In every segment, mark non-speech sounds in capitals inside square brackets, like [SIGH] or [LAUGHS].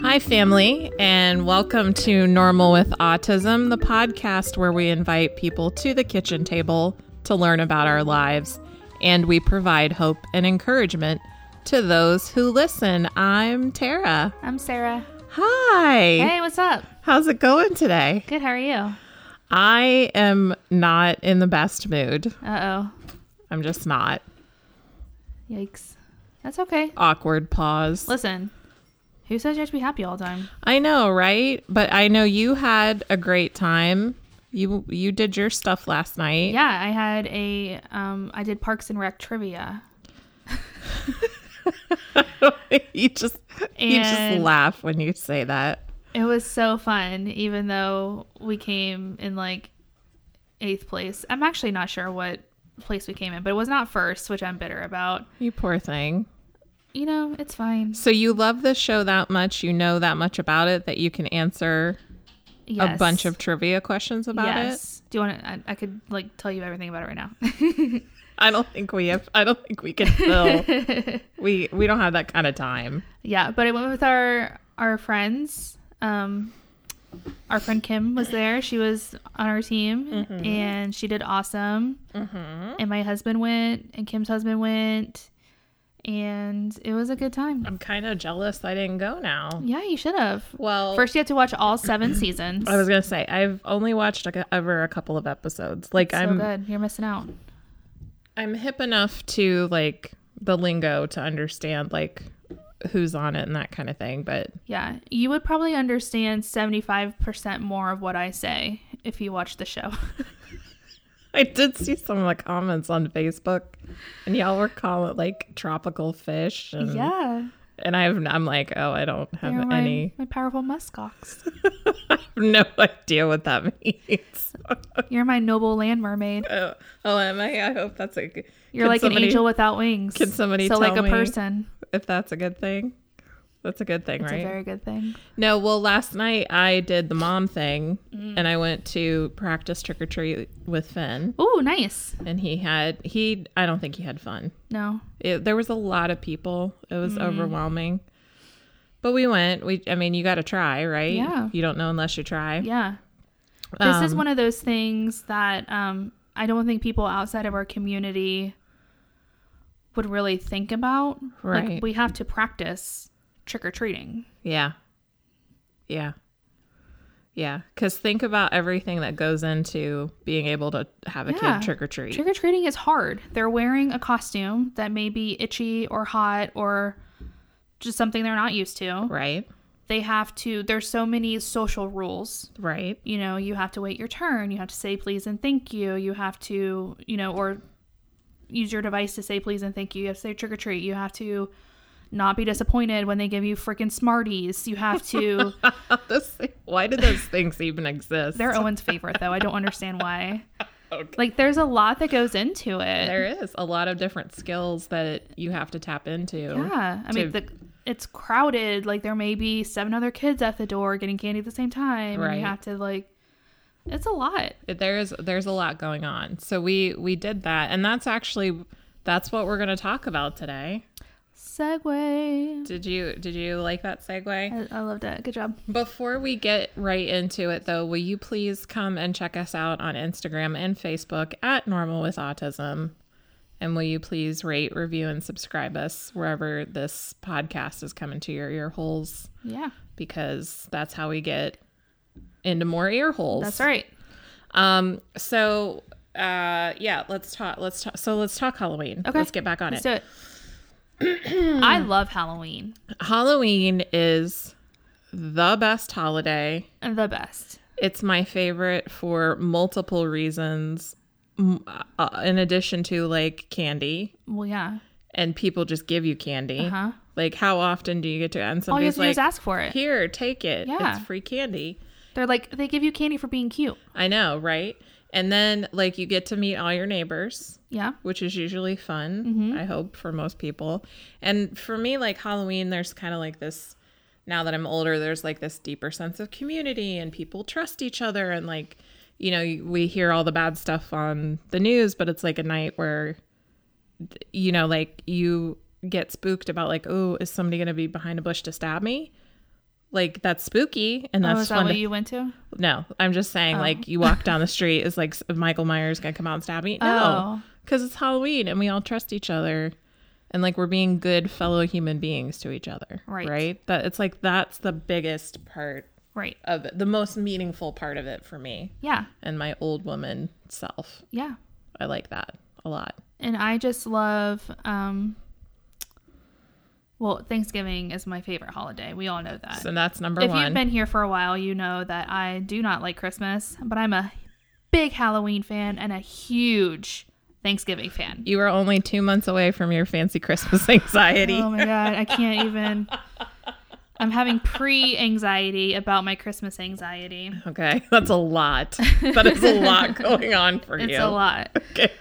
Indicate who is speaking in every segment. Speaker 1: Hi, family, and welcome to Normal with Autism, the podcast where we invite people to the kitchen table to learn about our lives and we provide hope and encouragement to those who listen. I'm Tara.
Speaker 2: I'm Sarah.
Speaker 1: Hi.
Speaker 2: Hey, what's up?
Speaker 1: How's it going today?
Speaker 2: Good, how are you?
Speaker 1: I am not in the best mood.
Speaker 2: Uh oh.
Speaker 1: I'm just not.
Speaker 2: Yikes. That's okay.
Speaker 1: Awkward pause.
Speaker 2: Listen, who says you have to be happy all the time?
Speaker 1: I know, right? But I know you had a great time. You you did your stuff last night.
Speaker 2: Yeah, I had a, um, I did Parks and Rec trivia.
Speaker 1: [LAUGHS] you just you just
Speaker 2: And-
Speaker 1: laugh when you say that.
Speaker 2: It was so fun, even though we came in like eighth place. I'm actually not sure what place we came in, but it was not first, which I'm bitter about.
Speaker 1: You poor thing.
Speaker 2: You know, it's fine.
Speaker 1: So you love the show that much, you know that much about it that you can answer
Speaker 2: Yes.
Speaker 1: a bunch of trivia questions about it.
Speaker 2: yes. Do you want to? I, I could like tell you everything about it right now. [LAUGHS]
Speaker 1: I don't think we have I don't think we can fill.
Speaker 2: [LAUGHS]
Speaker 1: we we don't have that kind of time.
Speaker 2: Yeah, but I went with our our friends. Um, our friend Kim was there. She was on our team,
Speaker 1: Mm-hmm.
Speaker 2: and she did awesome. And my husband went, and Kim's husband went, and it was a good time.
Speaker 1: I'm kind of jealous I didn't go now.
Speaker 2: Yeah, you should have.
Speaker 1: Well,
Speaker 2: First, you have to watch
Speaker 1: [CLEARS THROAT]
Speaker 2: all seven seasons.
Speaker 1: I was going to say I've only watched like, ever a couple of episodes. Like
Speaker 2: so
Speaker 1: I'm
Speaker 2: good. You're missing out.
Speaker 1: I'm hip enough to like the lingo to understand like who's on it and that kind of thing, but
Speaker 2: Yeah, you would probably understand seventy five percent more of what I say if you watched the show.
Speaker 1: I did see some of the comments on Facebook and y'all were calling it like tropical fish and
Speaker 2: [LAUGHS] yeah,
Speaker 1: and I've I'm like, "Oh, I don't have
Speaker 2: They're my-
Speaker 1: any
Speaker 2: my powerful muskox.
Speaker 1: I have [LAUGHS] no idea what that [LAUGHS] means."
Speaker 2: [LAUGHS] You're my noble land mermaid.
Speaker 1: oh, oh, am I? I hope that's a good
Speaker 2: You're
Speaker 1: can
Speaker 2: like
Speaker 1: somebody-
Speaker 2: an angel without wings.
Speaker 1: can somebody
Speaker 2: so like
Speaker 1: tell
Speaker 2: a
Speaker 1: me?
Speaker 2: person?
Speaker 1: If that's a good thing. That's a good thing,
Speaker 2: It's
Speaker 1: right?
Speaker 2: a very good thing.
Speaker 1: No, well, last night I did the mom thing
Speaker 2: Mm.
Speaker 1: and I went to practice trick or treat with Finn.
Speaker 2: Ooh, nice.
Speaker 1: And he had, he, I don't think he had fun.
Speaker 2: No,
Speaker 1: It, there was a lot of people, it was
Speaker 2: Mm-hmm.
Speaker 1: overwhelming. But we went. We, I mean, you got to try, right?
Speaker 2: Yeah.
Speaker 1: You don't know unless you try. Um,
Speaker 2: yeah. This is one of those things that um, I don't think people outside of our community would really think about.
Speaker 1: Right.
Speaker 2: Like we have to practice trick or treating.
Speaker 1: Yeah. Yeah. Yeah. Because think about everything that goes into being able to have a
Speaker 2: Yeah.
Speaker 1: kid trick or treat.
Speaker 2: Trick or treating is hard. They're wearing a costume that may be itchy or hot or just something they're not used to.
Speaker 1: Right.
Speaker 2: They have to. There's so many social rules
Speaker 1: Right. [LAUGHS]
Speaker 2: you know, you have to wait your turn, you have to say please and thank you, you have to, you know, or use your device to say please and thank you, you have to say trick or treat, you have to not be disappointed when they give you freaking Smarties, you have
Speaker 1: [LAUGHS]
Speaker 2: to.
Speaker 1: This- why do those things even exist?
Speaker 2: [LAUGHS] They're Owen's favorite though, I don't understand why.
Speaker 1: [LAUGHS] Okay.
Speaker 2: Like, there's a lot that goes into it.
Speaker 1: There is a lot of different skills that you have to tap into.
Speaker 2: yeah, I mean,
Speaker 1: to-
Speaker 2: the, it's crowded, like, there may be seven other kids at the door getting candy at the same time, and
Speaker 1: Right.
Speaker 2: you have to, like, it's a lot.
Speaker 1: There's there's a lot going on. So we we did that and that's actually that's what we're going to talk about today.
Speaker 2: Segway.
Speaker 1: Did you did you like that segue?
Speaker 2: I, I loved it. Good job.
Speaker 1: Before we get right into it though, will you please come and check us out on Instagram and Facebook at Normal with Autism? And will you please rate, review and subscribe us wherever this podcast is coming to your ear holes?
Speaker 2: Yeah,
Speaker 1: because that's how we get into more ear holes.
Speaker 2: that's right.
Speaker 1: Um. So, uh, yeah. Let's talk. Let's talk. So let's talk Halloween.
Speaker 2: Okay.
Speaker 1: Let's get back on it.
Speaker 2: Let's do it. [CLEARS THROAT] I love Halloween.
Speaker 1: Halloween is the best holiday.
Speaker 2: The best.
Speaker 1: It's my favorite for multiple reasons. M- Uh, in addition to like candy,
Speaker 2: Well, yeah.
Speaker 1: and people just give you candy.
Speaker 2: Uh-huh.
Speaker 1: Like, how often do you get to? And
Speaker 2: All you
Speaker 1: somebody's
Speaker 2: have to do
Speaker 1: like,
Speaker 2: is ask for it.
Speaker 1: "Here, take it.
Speaker 2: Yeah.
Speaker 1: It's free candy."
Speaker 2: They're like, they give you candy for being cute.
Speaker 1: I know, right? And then like you get to meet all your neighbors,
Speaker 2: Yeah.
Speaker 1: which is usually fun,
Speaker 2: Mm-hmm.
Speaker 1: I hope, for most people. And for me, like Halloween, there's kind of like this now that I'm older, there's like this deeper sense of community and people trust each other and like you know, we hear all the bad stuff on the news, but it's like a night where you know, like you get spooked about like, oh, is somebody going to be behind a bush to stab me? like that's spooky and
Speaker 2: Oh,
Speaker 1: that's
Speaker 2: is that
Speaker 1: fun.
Speaker 2: what
Speaker 1: to-
Speaker 2: you went to?
Speaker 1: no, I'm just
Speaker 2: Oh.
Speaker 1: saying, like you walk down the street is like s- Michael Myers gonna come out and stab me? No,
Speaker 2: Oh.
Speaker 1: because it's Halloween and we all trust each other, and like we're being good fellow human beings to each other.
Speaker 2: Right.
Speaker 1: Right. That it's like that's the biggest part
Speaker 2: Right.
Speaker 1: of it, the most meaningful part of it for me
Speaker 2: Yeah.
Speaker 1: and my old woman self.
Speaker 2: Yeah.
Speaker 1: I like that a lot.
Speaker 2: And I just love um well, Thanksgiving is my favorite holiday. We all know that.
Speaker 1: So that's number
Speaker 2: if
Speaker 1: one.
Speaker 2: you've been here for a while, you know that I do not like Christmas, but I'm a big Halloween fan and a huge Thanksgiving fan.
Speaker 1: you were only two months away from your fancy Christmas [LAUGHS] anxiety.
Speaker 2: Oh my god, I can't even. I'm having pre-anxiety about my Christmas anxiety.
Speaker 1: Okay, that's a
Speaker 2: [LAUGHS]
Speaker 1: lot. That is a lot going on for
Speaker 2: It's
Speaker 1: you.
Speaker 2: a lot.
Speaker 1: Okay.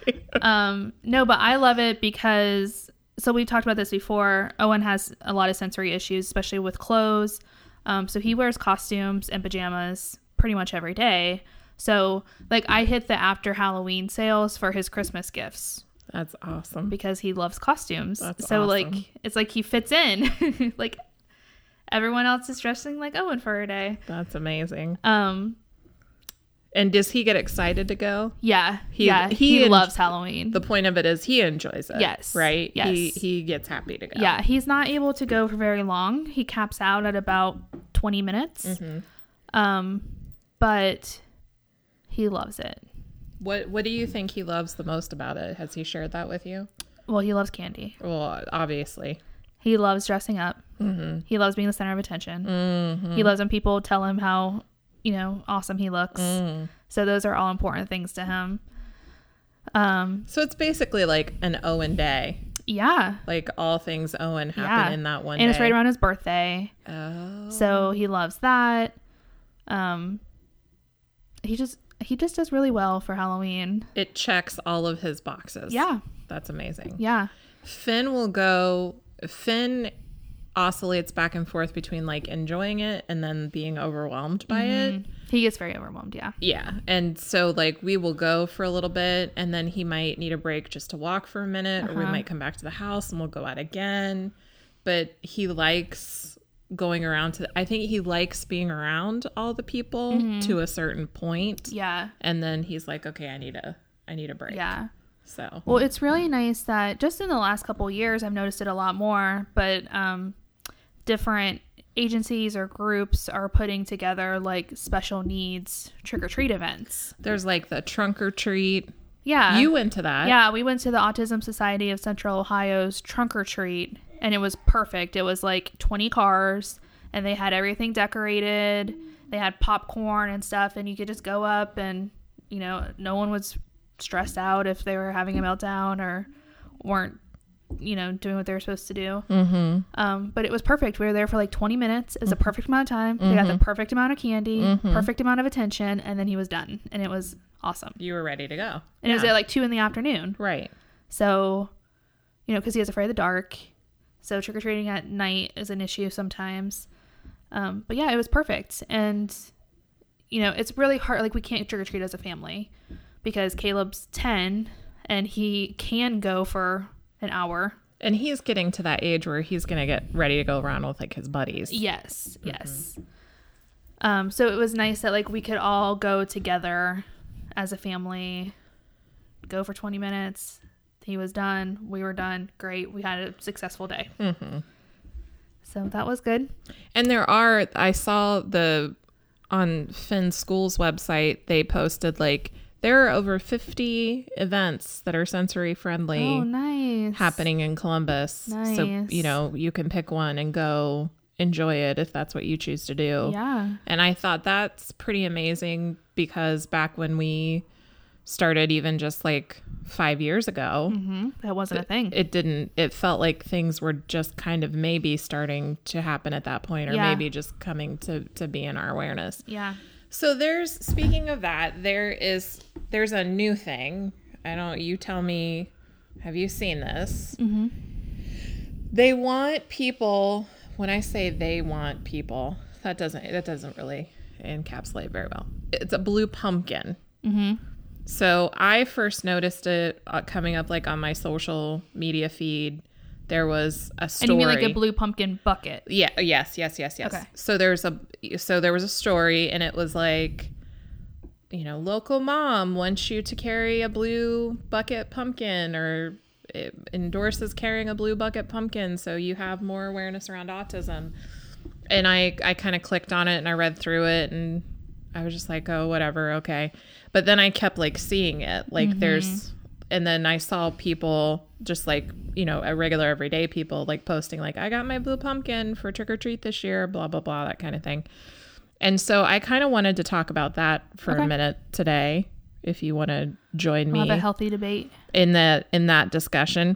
Speaker 2: Um, no, but I love it because so we talked about this before. Owen has a lot of sensory issues, especially with clothes. Um, so he wears costumes and pajamas pretty much every day. So like I hit the after Halloween sales for his Christmas gifts
Speaker 1: That's awesome.
Speaker 2: because he loves costumes.
Speaker 1: That's
Speaker 2: so
Speaker 1: awesome.
Speaker 2: like it's like he fits in. [LAUGHS] like everyone else is dressing like Owen for a day.
Speaker 1: That's amazing.
Speaker 2: Um
Speaker 1: And does he get excited to go?
Speaker 2: yeah. yeah.
Speaker 1: he
Speaker 2: He,
Speaker 1: en-
Speaker 2: loves Halloween.
Speaker 1: The point of it is he enjoys it.
Speaker 2: Yes.
Speaker 1: Right? He
Speaker 2: Yes.
Speaker 1: he gets happy to go.
Speaker 2: Yeah, he's not able to go for very long. He caps out at about 20 minutes.
Speaker 1: Mm-hmm.
Speaker 2: Um, but he loves it.
Speaker 1: What what do you think he loves the most about it? Has he shared that with you?
Speaker 2: Well, he loves candy.
Speaker 1: Well, obviously.
Speaker 2: He loves dressing up.
Speaker 1: Mm-hmm.
Speaker 2: He loves being the center of attention. He loves when people tell him how, you know, awesome he looks.
Speaker 1: Mm.
Speaker 2: So those are all important things to him. Um,
Speaker 1: So it's basically like an Owen day.
Speaker 2: yeah.
Speaker 1: Like all things Owen happen
Speaker 2: Yeah.
Speaker 1: in that one
Speaker 2: and
Speaker 1: day.
Speaker 2: it's right around his birthday.
Speaker 1: around- oh.
Speaker 2: So he loves that. Um he just he just does really well for Halloween.
Speaker 1: It checks all of his boxes.
Speaker 2: Yeah.
Speaker 1: That's amazing.
Speaker 2: Yeah.
Speaker 1: Finn will go. Finn oscillates back and forth between like enjoying it and then being overwhelmed by it.
Speaker 2: He gets very overwhelmed, yeah.
Speaker 1: Yeah. And so, like, we will go for a little bit and then he might need a break just to walk for a minute,
Speaker 2: Uh-huh.
Speaker 1: or we might come back to the house and we'll go out again. But he likes going around to, I think he likes being around all the people
Speaker 2: Mm-hmm.
Speaker 1: to a certain point.
Speaker 2: Yeah.
Speaker 1: And then he's like, okay, I need a, I need a break.
Speaker 2: Yeah.
Speaker 1: So,
Speaker 2: Well, it's really nice that just in the last couple of years I've noticed it a lot more, but um different agencies or groups are putting together like special needs trick or treat events.
Speaker 1: there's like the trunk or treat.
Speaker 2: Yeah.
Speaker 1: You went to that.
Speaker 2: Uh, Yeah, we went to the Autism Society of Central Ohio's trunk or treat, and it was perfect. It was like 20 cars, and they had everything decorated. They had popcorn and stuff, and you could just go up, and you know, no one was stressed out if they were having a meltdown or weren't, you know, doing what they were supposed to do. Um, but it was perfect. We were there for like 20 minutes. It was the perfect amount of time. They got the perfect amount of candy, perfect amount of attention, and then he was done, and it was awesome.
Speaker 1: You were ready to go.
Speaker 2: And it was
Speaker 1: Yeah.
Speaker 2: at like two in the afternoon.
Speaker 1: Right.
Speaker 2: So, you know, because he is afraid of the dark. So trick or treating at night is an issue sometimes. Um, but yeah, it was perfect. And, you know, it's really hard. Like, we can't trick or treat as a family because Caleb's 10 and he can go for an hour.
Speaker 1: And he's getting to that age where he's going to get ready to go around with like his buddies.
Speaker 2: Yes,
Speaker 1: Mm-hmm.
Speaker 2: yes. Um, so it was nice that, like, we could all go together as a family, go for 20 minutes. He was done. We were done. Great. We had a successful day.
Speaker 1: Mm-hmm.
Speaker 2: So that was good.
Speaker 1: And there are, I saw the, on Finn School's website, they posted like, there are over 50 events that are sensory friendly
Speaker 2: Oh, nice.
Speaker 1: happening in Columbus. So,
Speaker 2: Nice.
Speaker 1: you know, you can pick one and go enjoy it if that's what you choose to do.
Speaker 2: Yeah.
Speaker 1: And I thought that's pretty amazing because back when we started, even just like five years ago,
Speaker 2: hmm That wasn't a thing.
Speaker 1: it didn't it felt like things were just kind of maybe starting to happen at that point or
Speaker 2: Yeah.
Speaker 1: maybe just coming to to be in our awareness
Speaker 2: yeah.
Speaker 1: so there's speaking of that there is there's a new thing i don't you tell me have you seen this mm-hmm. they want people when i say they want people that doesn't that doesn't really encapsulate very well it's a blue pumpkin
Speaker 2: Mm-hmm.
Speaker 1: so I first noticed it uh, coming up like on my social media feed there was a story.
Speaker 2: And you mean like a blue pumpkin bucket?
Speaker 1: Yeah. Yes. Yes. Yes. Yes.
Speaker 2: Okay.
Speaker 1: So there's a so there was a story, and it was like, you know, local mom wants you to carry a blue bucket pumpkin, or it endorses carrying a blue bucket pumpkin, so you have more awareness around autism. And I I kind of clicked on it, and I read through it, and I was just like, oh, whatever, okay. But then I kept like seeing it, like there's, and then I saw people just like you know a regular everyday people like posting like I got my blue pumpkin for trick or treat this year, blah blah blah, that kind of thing. And so I kind of wanted to talk about that for
Speaker 2: Okay.
Speaker 1: a minute today, if you want to join
Speaker 2: We'll
Speaker 1: me
Speaker 2: have a healthy debate.
Speaker 1: in that in that discussion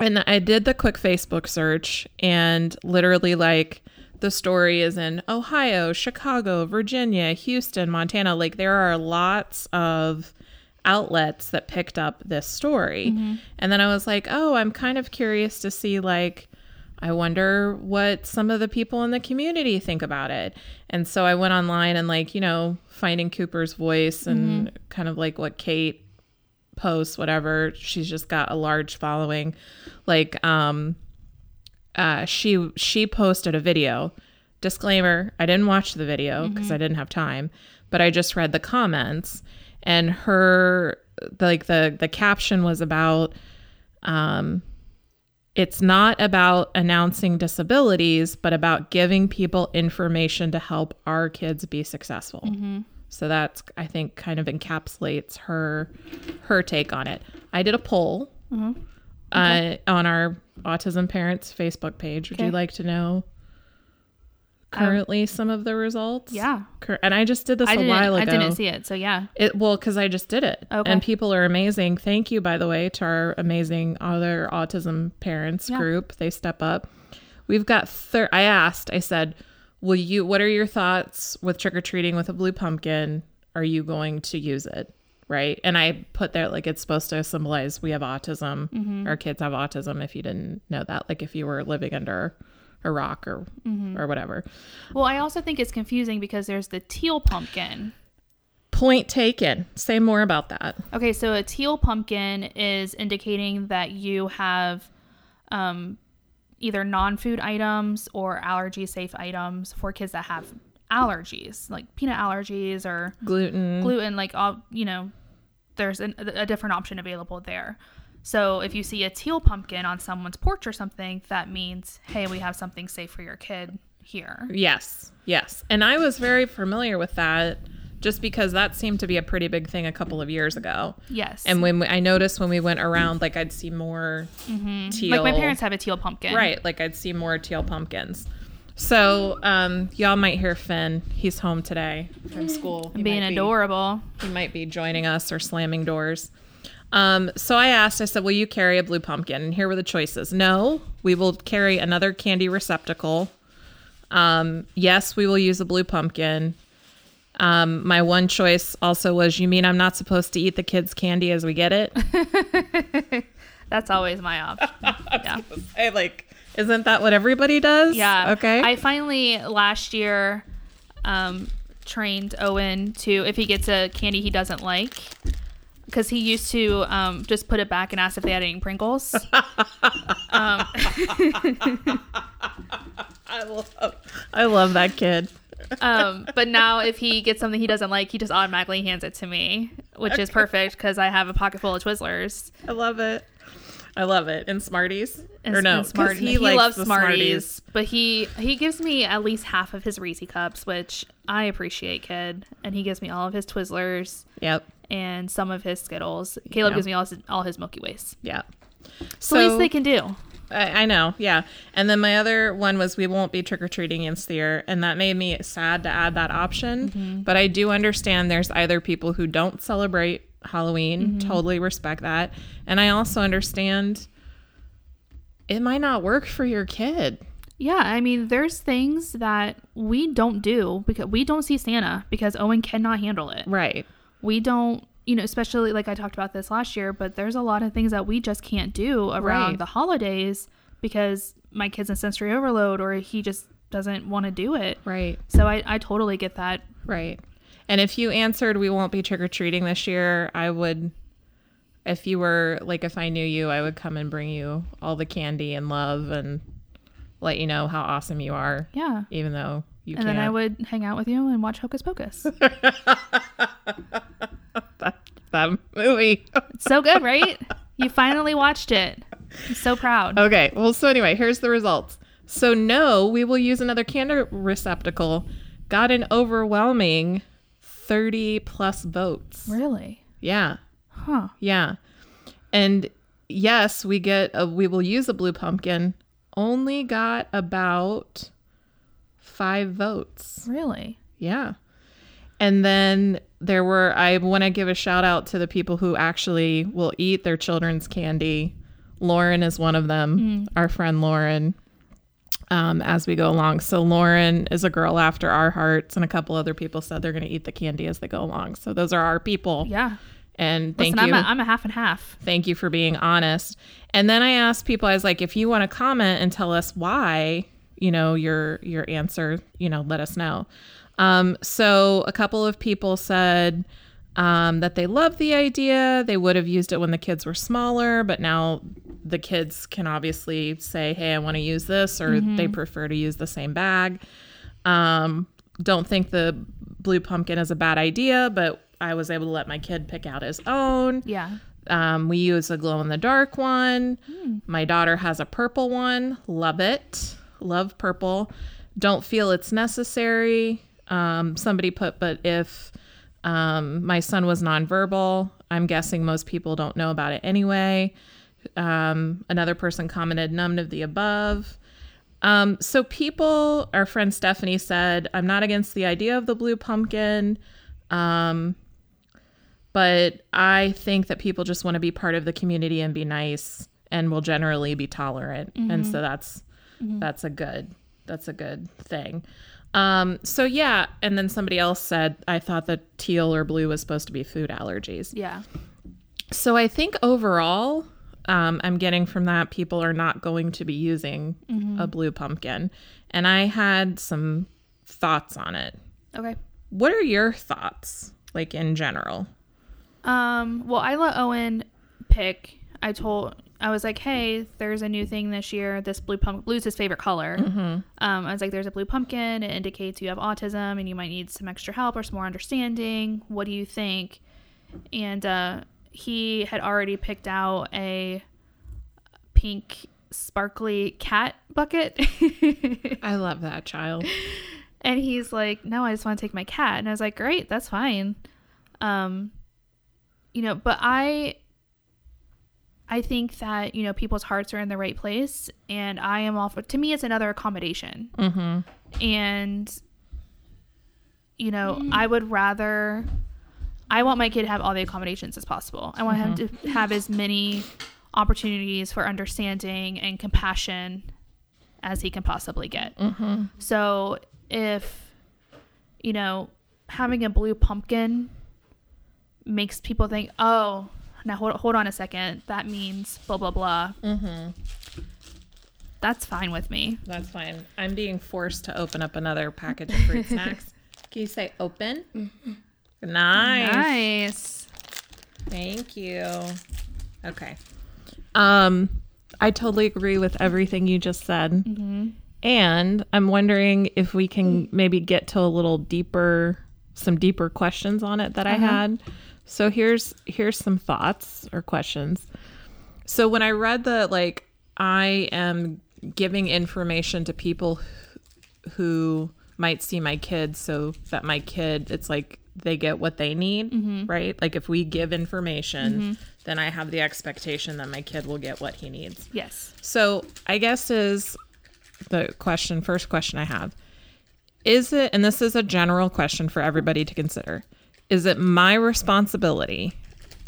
Speaker 1: and i did the quick facebook search and literally like the story is in ohio chicago virginia houston montana like there are lots of outlets that picked up this story and then i was like oh i'm kind of curious to see like I wonder what some of the people in the community think about it. And so I went online and, like, you know, finding Cooper's voice and kind of like what Kate posts whatever she's just got a large following like um uh she she posted a video disclaimer i didn't watch the video because i didn't have time but i just read the comments and her like the the caption was about um it's not about announcing disabilities but about giving people information to help our kids be successful
Speaker 2: Mm-hmm.
Speaker 1: so that's I think kind of encapsulates her her take on it. I did a poll
Speaker 2: Mm-hmm.
Speaker 1: uh, on our autism parents Facebook page. Would
Speaker 2: Okay. Um,
Speaker 1: you like to know currently some of the results?
Speaker 2: Yeah.
Speaker 1: Cur- and I just did this
Speaker 2: I
Speaker 1: a
Speaker 2: didn't,
Speaker 1: while
Speaker 2: I
Speaker 1: ago.
Speaker 2: didn't see it. So yeah.
Speaker 1: It well because I just did it,
Speaker 2: Okay.
Speaker 1: and people are amazing. Thank you, by the way, to our amazing other autism parents
Speaker 2: Yeah.
Speaker 1: group. They step up. We've got. Thir- I asked. I said, "Will you? What are your thoughts with trick or treating with a blue pumpkin? Are you going to use it?" Right, and I put there like it's supposed to symbolize we have autism.
Speaker 2: Mm-hmm.
Speaker 1: Our kids have autism. If you didn't know that, like if you were living under a rock or
Speaker 2: Mm-hmm.
Speaker 1: or whatever.
Speaker 2: Well, I also think it's confusing because there's the teal pumpkin.
Speaker 1: Point taken. Say more about that.
Speaker 2: Okay, so a teal pumpkin is indicating that you have um, either non food items or allergy safe items for kids that have allergies, like peanut allergies or
Speaker 1: Gluten.
Speaker 2: gluten, like all, you know, there's an, a different option available there. So if you see a teal pumpkin on someone's porch or something, that means, hey, we have something safe for your kid here.
Speaker 1: Yes, yes. And I was very familiar with that just because that seemed to be a pretty big thing a couple of years ago.
Speaker 2: Yes.
Speaker 1: And when we, I noticed when we went around, like I'd see more teal.
Speaker 2: Mm-hmm. like my parents have a teal pumpkin.
Speaker 1: Right, like I'd see more teal pumpkins. So um, y'all might hear Finn. He's home today from school. He
Speaker 2: Being
Speaker 1: might be-
Speaker 2: adorable.
Speaker 1: he might be joining us or slamming doors. Um, so I asked, I said, Will you carry a blue pumpkin? And here were the choices. No, we will carry another candy receptacle. Um, yes, we will use a blue pumpkin. Um, my one choice also was, You mean I'm not supposed to eat the kids' candy as we get it? [LAUGHS]
Speaker 2: That's always my option. yeah.
Speaker 1: I like, isn't that what everybody does?
Speaker 2: Yeah.
Speaker 1: Okay.
Speaker 2: I finally last year um, trained Owen to if he gets a candy he doesn't like, because he used to um, just put it back and ask if they had
Speaker 1: [LAUGHS]
Speaker 2: any Pringles. um,
Speaker 1: I love, I love that kid.
Speaker 2: um, but now if he gets something he doesn't like, he just automatically hands it to me, which is perfect because I have a pocket full of Twizzlers.
Speaker 1: I love it. I love it. And Smarties.
Speaker 2: and-
Speaker 1: or no,
Speaker 2: and
Speaker 1: 'cause
Speaker 2: Smart-
Speaker 1: he,
Speaker 2: he,
Speaker 1: likes
Speaker 2: loves
Speaker 1: the
Speaker 2: Smarties,
Speaker 1: Smarties.
Speaker 2: but he he gives me at least half of his Reese cups, which I appreciate, kid. And he gives me all of his Twizzlers
Speaker 1: Yep.
Speaker 2: and some of his Skittles. Caleb
Speaker 1: Yeah.
Speaker 2: gives me all his, all his Milky Ways.
Speaker 1: Yeah.
Speaker 2: So, the least they can do.
Speaker 1: I, I know, yeah. And then my other one was we won't be trick or treating in year, and that made me sad to add that option. But I do understand there's either people who don't celebrate Halloween, totally respect that, and I also understand it might not work for your kid.
Speaker 2: Yeah, I mean, there's things that we don't do because we don't see Santa because Owen cannot handle it.
Speaker 1: Right.
Speaker 2: We don't, you know, especially like I talked about this last year, but there's a lot of things that we just can't do around
Speaker 1: Right.
Speaker 2: the holidays because my kid's in sensory overload or he just doesn't want to do it.
Speaker 1: Right.
Speaker 2: So I, I totally get that.
Speaker 1: Right. And if you answered we won't be trick or treating this year, I would if you were like if I knew you, I would come and bring you all the candy and love and let you know how awesome you are,
Speaker 2: Yeah.
Speaker 1: even though you
Speaker 2: And
Speaker 1: can't.
Speaker 2: then I would hang out with you and watch Hocus Pocus.
Speaker 1: that, [LAUGHS] that movie. [LAUGHS]
Speaker 2: It's so good, right? You finally watched it. I'm so proud.
Speaker 1: Okay. Well, so anyway, here's the results. So no, we will use another candor receptacle. Got an overwhelming 30 plus votes.
Speaker 2: Really?
Speaker 1: Yeah.
Speaker 2: Huh.
Speaker 1: Yeah. And yes, we get a we will use a blue pumpkin. Only got about 5 votes.
Speaker 2: Really?
Speaker 1: Yeah. And then there were, I want to give a shout out to the people who actually will eat their children's candy. Lauren is one of them,
Speaker 2: Mm.
Speaker 1: our friend Lauren, um, as we go along. So, Lauren is a girl after our hearts, and a couple other people said they're going to eat the candy as they go along. So, those are our people.
Speaker 2: Yeah.
Speaker 1: And thank
Speaker 2: Listen,
Speaker 1: you.
Speaker 2: I'm a, I'm a half and half.
Speaker 1: Thank you for being honest. And then I asked people, I was like, if you want to comment and tell us why, you know, your your answer, you know, let us know. Um, so a couple of people said um, that they love the idea. They would have used it when the kids were smaller, but now the kids can obviously say, "Hey, I want to use this," or they prefer to use the same bag. Um, don't think the blue pumpkin is a bad idea, but I was able to let my kid pick out his own.
Speaker 2: Yeah.
Speaker 1: Um, we use a glow in the dark one. My daughter has a purple one. Love it. Love purple. Don't feel it's necessary. Um, somebody put, but if um, my son was nonverbal, I'm guessing most people don't know about it anyway. Um, another person commented, none of the above. Um, so people, our friend Stephanie said, I'm not against the idea of the blue pumpkin um, but I think that people just want to be part of the community and be nice and will generally be tolerant. And so that's that's a good that's a good thing. Um so yeah, and then somebody else said I thought that teal or blue was supposed to be food allergies.
Speaker 2: Yeah.
Speaker 1: So I think overall um, I'm getting from that people are not going to be using a blue pumpkin. And I had some thoughts on it.
Speaker 2: Okay.
Speaker 1: What are your thoughts like in general?
Speaker 2: Um, well, I let Owen pick. I told I was like, hey, there's a new thing this year. This blue pumpkin, blue's his favorite color. Um, I was like, there's a blue pumpkin. It indicates you have autism and you might need some extra help or some more understanding. What do you think? And uh, he had already picked out a pink sparkly cat bucket. [LAUGHS]
Speaker 1: I love that child.
Speaker 2: And he's like, "No, I just want to take my cat." And I was like, "Great, that's fine." Um you know, but I I think that, you know, people's hearts are in the right place and I am all for to me it's another accommodation.
Speaker 1: Mm-hmm.
Speaker 2: And you know, I would rather I want my kid to have all the accommodations as possible. I want him to have as many opportunities for understanding and compassion as he can possibly get. So if you know having a blue pumpkin makes people think, oh, now hold, hold on a second, that means blah blah blah. That's fine with me.
Speaker 1: [LAUGHS] That's fine. I'm being forced to open up another package of [LAUGHS] fruit snacks. Can you say open? Mm-hmm. Nice.
Speaker 2: Nice.
Speaker 1: Thank you. Okay. Um, I totally agree with everything you just said. And I'm wondering if we can maybe get to a little deeper, some deeper questions on it that I had. So here's here's some thoughts or questions. So when I read the like, I am giving information to people who might see my kid so that my kid it's like they get what they need right like if we give information then i have the expectation that my kid will get what he needs
Speaker 2: Yes.
Speaker 1: so i guess is the question first question i have is it and this is a general question for everybody to consider is it my responsibility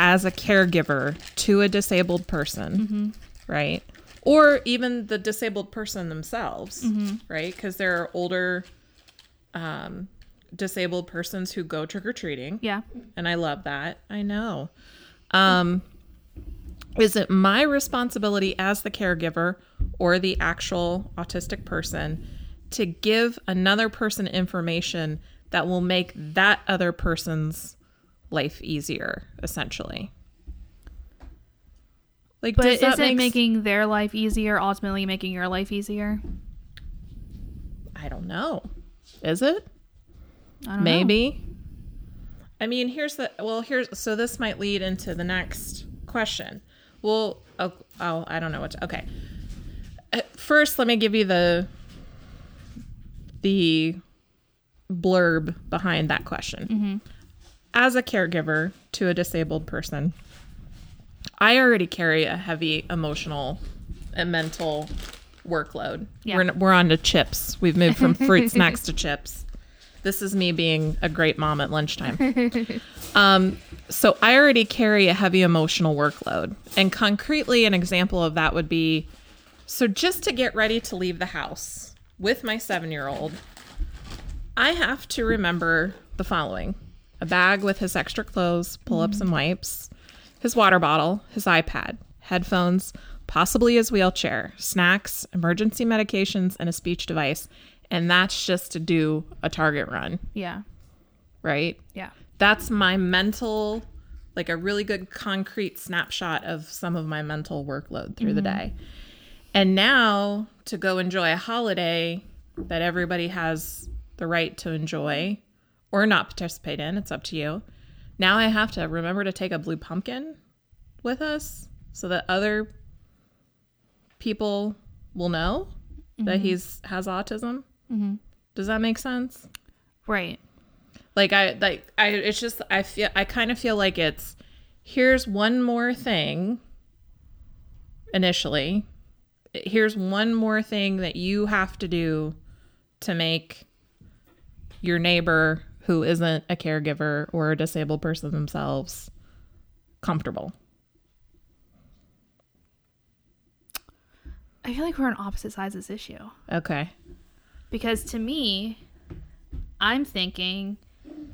Speaker 1: as a caregiver to a disabled person right? Or even the disabled person themselves, right? Because there are older um, disabled persons who go trick or treating,
Speaker 2: Yeah.
Speaker 1: and I love that. I know. Um, is it my responsibility as the caregiver or the actual autistic person to give another person information that will make that other person's life easier, essentially? Like,
Speaker 2: But
Speaker 1: does
Speaker 2: is
Speaker 1: that
Speaker 2: it
Speaker 1: make s-
Speaker 2: making their life easier, ultimately making your life easier?
Speaker 1: I don't know. Is it?
Speaker 2: I don't know.
Speaker 1: Maybe. I mean, here's the well. Here's so this might lead into the next question. Well, oh, oh I don't know what. To, okay. Uh, First, let me give you the the blurb behind that question. As a caregiver to a disabled person, I already carry a heavy emotional and mental workload.
Speaker 2: Yeah.
Speaker 1: We're, we're on to chips. We've moved from fruit snacks to chips. This is me being a great mom at lunchtime. um, so I already carry a heavy emotional workload. And concretely, an example of that would be so just to get ready to leave the house with my seven year old, I have to remember the following a bag with his extra clothes, pull ups, and wipes, his water bottle, his iPad, headphones, possibly his wheelchair, snacks, emergency medications, and a speech device. And that's just to do a target run,
Speaker 2: Yeah.
Speaker 1: right?
Speaker 2: Yeah.
Speaker 1: That's my mental, like a really good concrete snapshot of some of my mental workload through the day. And now to go enjoy a holiday that everybody has the right to enjoy or not participate in, it's up to you. Now I have to remember to take a blue pumpkin with us so that other people will know that he's has autism. Does that make sense?
Speaker 2: Right.
Speaker 1: like i like i it's just i feel i kind of feel like it's here's one more thing initially here's one more thing that you have to do to make your neighbor who isn't a caregiver or a disabled person themselves comfortable
Speaker 2: I feel like we're on opposite sides of this issue.
Speaker 1: okay
Speaker 2: Because to me, I'm thinking,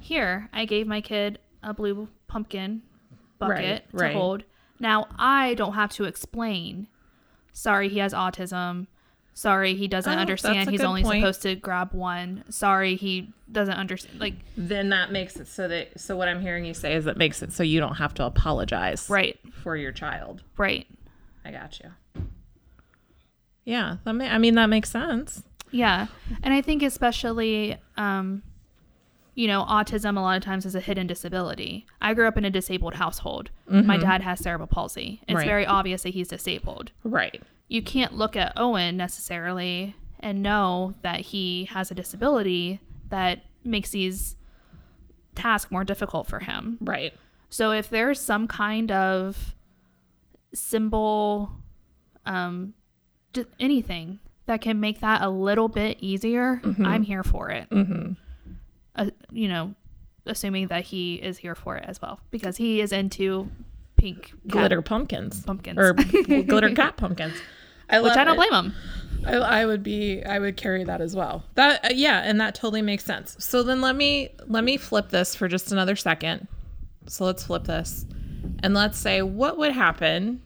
Speaker 2: here, I gave my kid a blue pumpkin bucket
Speaker 1: Right,
Speaker 2: to
Speaker 1: right.
Speaker 2: hold. Now I don't have to explain. Sorry, he has autism. Sorry, he doesn't
Speaker 1: Oh, that's
Speaker 2: understand.
Speaker 1: a
Speaker 2: He's
Speaker 1: good
Speaker 2: only
Speaker 1: point.
Speaker 2: supposed to grab one. Sorry, he doesn't understand. Like,
Speaker 1: then that makes it so that so what i'm hearing you say is it makes it so you don't have to apologize
Speaker 2: right,
Speaker 1: for your child
Speaker 2: right.
Speaker 1: i got you yeah that ma- i mean that makes sense
Speaker 2: Yeah. And I think especially um you know, autism a lot of times is a hidden disability. I grew up in a disabled household. My dad has cerebral palsy. It's
Speaker 1: Right.
Speaker 2: very obvious that he's disabled.
Speaker 1: Right.
Speaker 2: You can't look at Owen necessarily and know that he has a disability that makes these tasks more difficult for him.
Speaker 1: Right.
Speaker 2: So if there's some kind of symbol, um, d- anything that can make that a little bit easier, I'm here for it. Mm-hmm. Uh, you know, assuming that he is here for it as well because he is into pink cat
Speaker 1: Glitter pumpkins. [LAUGHS]
Speaker 2: pumpkins,
Speaker 1: Or glitter cat pumpkins. I
Speaker 2: which
Speaker 1: love
Speaker 2: I don't
Speaker 1: it.
Speaker 2: blame him.
Speaker 1: I, I would be I would carry that as well. That uh, yeah, and that totally makes sense. So then let me let me flip this for just another second. So let's flip this. And let's say what would happen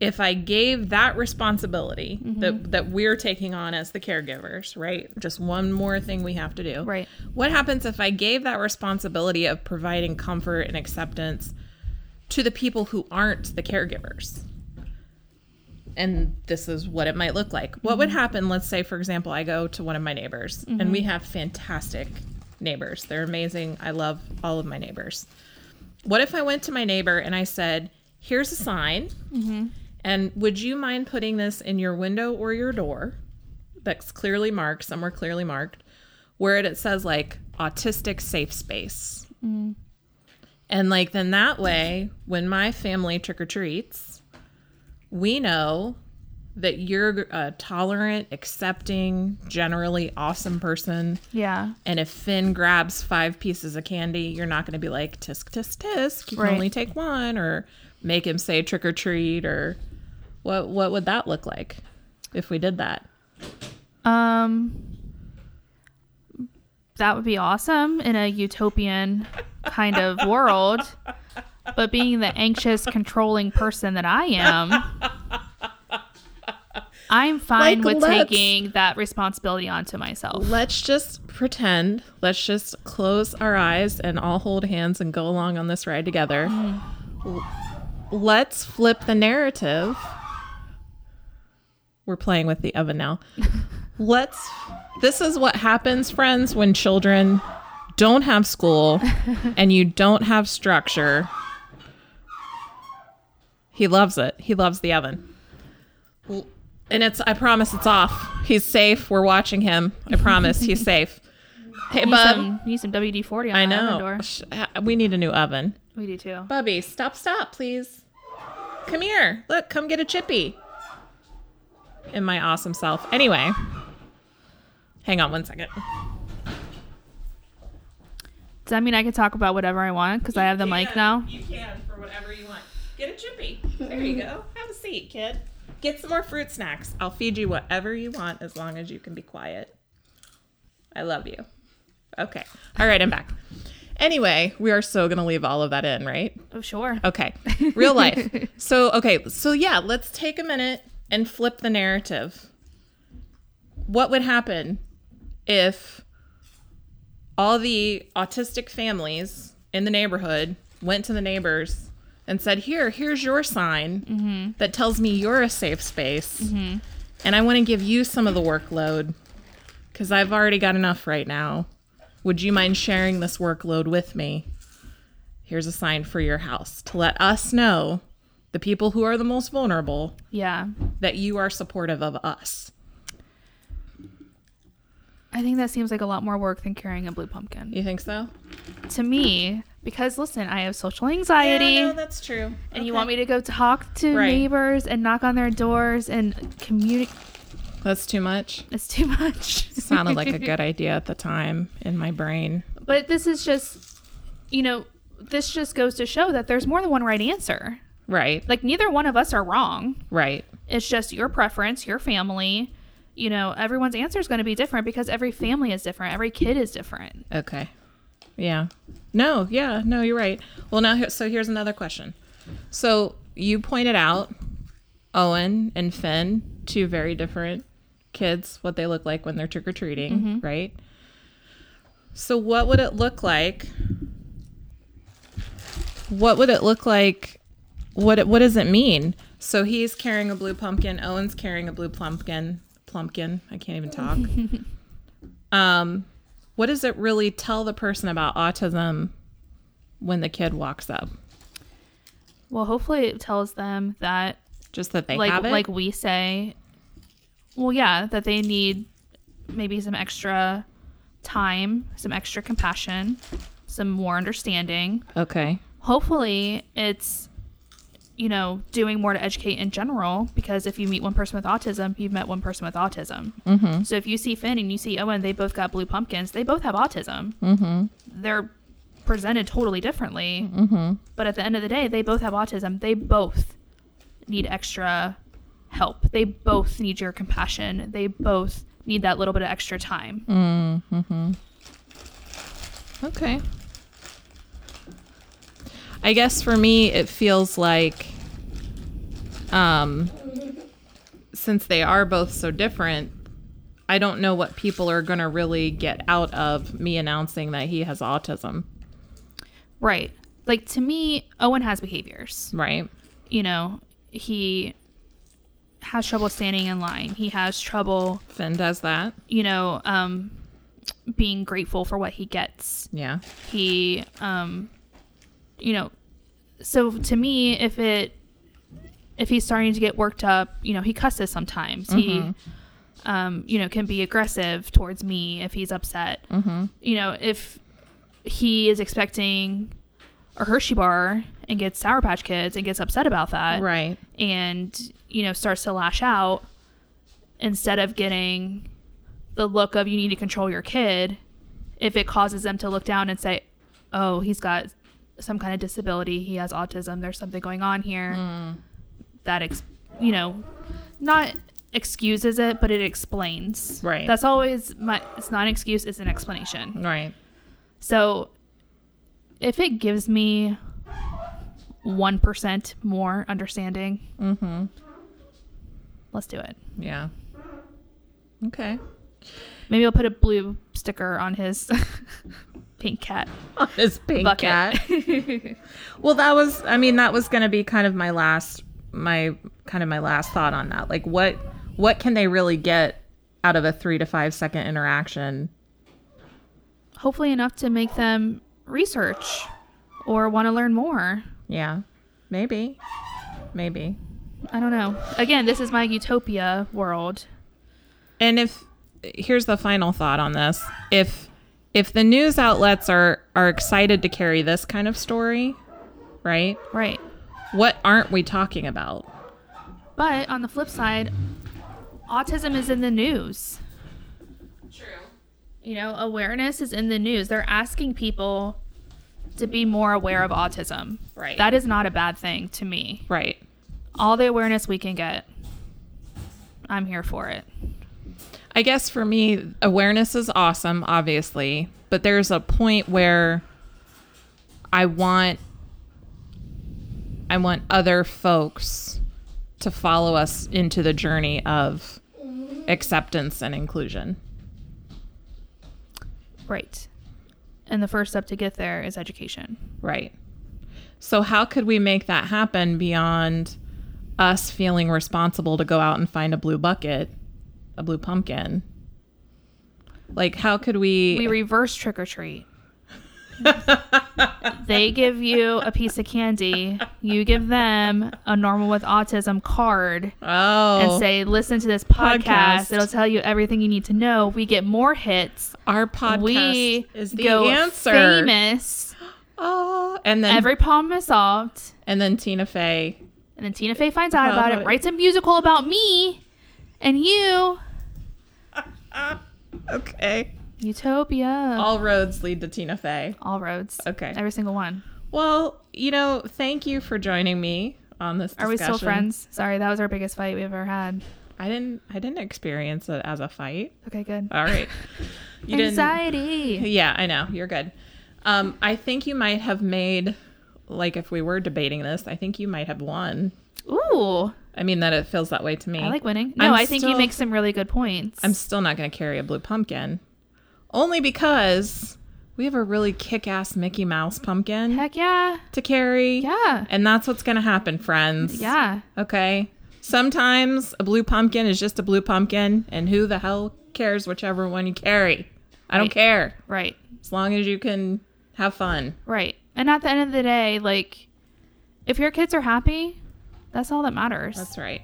Speaker 1: if I gave that responsibility that that we're taking on as the caregivers, right? Just one more thing we have to do.
Speaker 2: Right.
Speaker 1: What happens if I gave that responsibility of providing comfort and acceptance to the people who aren't the caregivers? and this is what it might look like. What would happen? Let's say, for example, I go to one of my neighbors, and we have fantastic neighbors. They're amazing. I love all of my neighbors. What if I went to my neighbor and I said, Here's a sign, and would you mind putting this in your window or your door that's clearly marked, somewhere clearly marked, where it says like autistic safe space? And like, then that way, when my family trick or treats, we know that you're a tolerant, accepting, generally awesome person.
Speaker 2: Yeah,
Speaker 1: And if Finn grabs five pieces of candy, you're not going to be like, tisk, tisk, tisk. You can
Speaker 2: Right.
Speaker 1: only take one, or make him say trick or treat, or what, what would that look like if we did that?
Speaker 2: um, that would be awesome in a utopian kind of world. But being the anxious, controlling person that I am, I'm fine
Speaker 1: Like,
Speaker 2: with
Speaker 1: let's-
Speaker 2: taking that responsibility onto myself.
Speaker 1: Let's just pretend, let's just close our eyes and all hold hands and go along on this ride together. L- let's flip the narrative. We're playing with the oven now. let's. This is what happens, friends, when children don't have
Speaker 2: [LAUGHS]
Speaker 1: school and you don't have structure. He loves it. He loves the oven. L- And it's, I promise it's off. He's safe. We're watching him. I promise
Speaker 2: [LAUGHS]
Speaker 1: he's safe. Hey,
Speaker 2: Need
Speaker 1: bub.
Speaker 2: some, need some WD forty on
Speaker 1: I
Speaker 2: the oven
Speaker 1: know.
Speaker 2: door.
Speaker 1: Sh- uh, We need a new oven.
Speaker 2: We do too.
Speaker 1: Bubby, stop, stop, please. Come here. Look, come get a chippy. In my awesome self. Anyway, hang on one second.
Speaker 2: Does that mean I can talk about whatever I want because I have the mic now?
Speaker 1: You can for whatever you want. Get a chippy. There you go. Have a seat, kid. Get some more fruit snacks. I'll feed you whatever you want as long as you can be quiet. I love you. Okay. All right, I'm back. Anyway, we are so going to leave all of that in, right?
Speaker 2: Oh sure.
Speaker 1: Okay. Real life. so, okay. So, yeah, let's take a minute and flip the narrative. What would happen if all the autistic families in the neighborhood went to the neighbors and said, Here, here's your sign that tells me you're a safe space. And I want to give you some of the workload because I've already got enough right now. Would you mind sharing this workload with me? here's a sign for your house to let us know, the people who are the most vulnerable,
Speaker 2: Yeah.
Speaker 1: that you are supportive of us.
Speaker 2: I think that seems like a lot more work than carrying a blue pumpkin.
Speaker 1: You think so?
Speaker 2: To me, because listen, I have social anxiety.
Speaker 1: that's true.
Speaker 2: and you want me to go talk to
Speaker 1: Right.
Speaker 2: neighbors and knock on their doors and communicate.
Speaker 1: That's too much.
Speaker 2: It's too much.
Speaker 1: Sounded like a good idea at the time in my brain.
Speaker 2: [LAUGHS] But this is just, you know, this just goes to show that there's more than one right answer.
Speaker 1: Right,
Speaker 2: Like, neither one of us are wrong.
Speaker 1: right,
Speaker 2: It's just your preference, your family. You know, everyone's answer is going to be different because every family is different. Every kid is different.
Speaker 1: okay. Yeah. No, yeah, no, you're right. Well, now, here- so here's another question. So you pointed out Owen and Finn, two very different kids, what they look like when they're trick or treating, right? So, what would it look like? What would it look like? What it, What does it mean? So he's carrying a blue pumpkin. Owen's carrying a blue pumpkin. Plumpkin. I can't even talk. um, what does it really tell the person about autism when the kid walks up?
Speaker 2: Well, hopefully, it tells them that
Speaker 1: Just that they
Speaker 2: like
Speaker 1: have it.
Speaker 2: like we say well yeah that they need maybe some extra time some extra compassion some more understanding
Speaker 1: okay.
Speaker 2: hopefully it's you know doing more to educate in general because if you meet one person with autism you've met one person with autism mm-hmm. so if you see finn and you see owen they both got blue pumpkins they both have autism mm-hmm. they're presented totally differently mm-hmm. but at the end of the day they both have autism they both need extra help they both need your compassion they both need that little bit of extra time
Speaker 1: Okay. I guess for me, it feels like, um, since they are both so different, I don't know what people are going to really get out of me announcing that he has autism,
Speaker 2: right like to me owen has behaviors
Speaker 1: right?
Speaker 2: you know, he has trouble standing in line. He has trouble,
Speaker 1: Finn does that.
Speaker 2: you know, um, being grateful for what he gets.
Speaker 1: Yeah.
Speaker 2: He, um, you know, so to me, if it, if he's starting to get worked up, you know, he cusses sometimes. He, um, you know, can be aggressive towards me if he's upset. Mm-hmm. You know, if he is expecting a Hershey bar and gets Sour Patch Kids and gets upset about that,
Speaker 1: Right.
Speaker 2: and you know starts to lash out instead of getting the look of you need to control your kid if it causes them to look down and say oh he's got some kind of disability he has autism there's something going on here
Speaker 1: Mm.
Speaker 2: that ex- you know not excuses it but it explains
Speaker 1: Right.
Speaker 2: that's always my it's not an excuse it's an explanation
Speaker 1: Right.
Speaker 2: so if it gives me 1% more understanding,
Speaker 1: Mm-hmm.
Speaker 2: let's do it.
Speaker 1: Yeah. Okay.
Speaker 2: Maybe I'll put a blue sticker on his [LAUGHS] pink cat
Speaker 1: [LAUGHS] on his pink
Speaker 2: bucket.
Speaker 1: cat. Well, that was I mean that was going to be kind of my last my kind of my last thought on that. Like what what can they really get out of a 3 to 5 second interaction?
Speaker 2: Hopefully enough to make them research or want to learn more.
Speaker 1: Yeah. Maybe. Maybe.
Speaker 2: I don't know. Again, this is my utopia world.
Speaker 1: And if here's the final thought on this, if if the news outlets are are excited to carry this kind of story, right?
Speaker 2: Right.
Speaker 1: What aren't we talking about?
Speaker 2: But on the flip side, autism is in the news. True. You know, awareness is in the news. They're asking people to be more aware of autism.
Speaker 1: Right.
Speaker 2: That is not a bad thing to me.
Speaker 1: Right.
Speaker 2: All the awareness we can get, I'm here for it.
Speaker 1: I guess for me, awareness is awesome, obviously, but there's a point where I want I want other folks to follow us into the journey of acceptance and inclusion.
Speaker 2: Right. And the first step to get there is education.
Speaker 1: Right. So how could we make that happen beyond us feeling responsible to go out and find a blue bucket, a blue pumpkin? Like how could we, [LAUGHS]
Speaker 2: We reverse trick or treat. they give you a piece of candy, you give them a normal with autism card.
Speaker 1: Oh
Speaker 2: and say, listen to this podcast.
Speaker 1: Podcast.
Speaker 2: It'll tell you everything you need to know. We get more hits.
Speaker 1: Our podcast
Speaker 2: we
Speaker 1: is the
Speaker 2: go
Speaker 1: answer.
Speaker 2: famous.
Speaker 1: Ah, and then
Speaker 2: Every problem is solved.
Speaker 1: and then Tina Fey.
Speaker 2: And then Tina Fey finds out about
Speaker 1: About
Speaker 2: it,
Speaker 1: it.
Speaker 2: writes a musical about me and you. Ah,
Speaker 1: Okay.
Speaker 2: Utopia. All,
Speaker 1: All roads lead to Tina Fey.
Speaker 2: roads.
Speaker 1: Okay.
Speaker 2: Every single one.
Speaker 1: Well, you know, thank you for joining me on this.
Speaker 2: Are we still
Speaker 1: discussion.
Speaker 2: friends? Sorry, that was our biggest fight we've ever had.
Speaker 1: I didn't. I didn't experience it as a fight.
Speaker 2: Okay, good.
Speaker 1: All
Speaker 2: [LAUGHS]
Speaker 1: right. You
Speaker 2: Anxiety.
Speaker 1: Yeah, I know. You're good. Um, I think you might have made, like, if we were debating this, I think you might have won.
Speaker 2: Ooh.
Speaker 1: I mean, that it feels that way to me.
Speaker 2: I like winning. No,
Speaker 1: I'm
Speaker 2: i think you
Speaker 1: still-
Speaker 2: make some really good points.
Speaker 1: I'm still not going to carry a blue pumpkin, only because we have a really kick-ass Mickey Mouse pumpkin
Speaker 2: Heck yeah.
Speaker 1: to carry.
Speaker 2: Yeah.
Speaker 1: And that's what's going to happen, friends.
Speaker 2: Yeah.
Speaker 1: Okay. Sometimes a blue pumpkin is just a blue pumpkin, and who the hell cares whichever one you carry? I don't
Speaker 2: Right.
Speaker 1: care.
Speaker 2: Right.
Speaker 1: As long as you can have fun.
Speaker 2: Right. And at the end of the day, like, if your kids are happy, that's all that matters.
Speaker 1: That's right.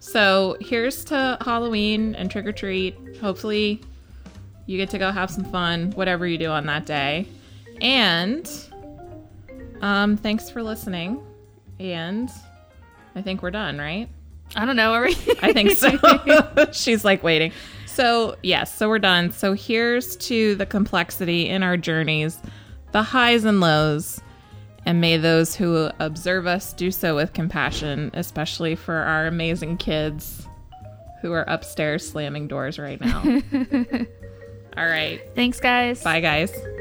Speaker 1: So here's to Halloween and trick or treat. Hopefully, you get to go have some fun, whatever you do on that day. And um, thanks for listening. And I think we're done, right?
Speaker 2: I don't know. [LAUGHS] Are we?
Speaker 1: I think so. She's like waiting. So, yes, so we're done. So, here's to the complexity in our journeys, the highs and lows, and may those who observe us do so with compassion, especially for our amazing kids who are upstairs slamming doors right now. All right.
Speaker 2: Thanks, guys.
Speaker 1: Bye, guys.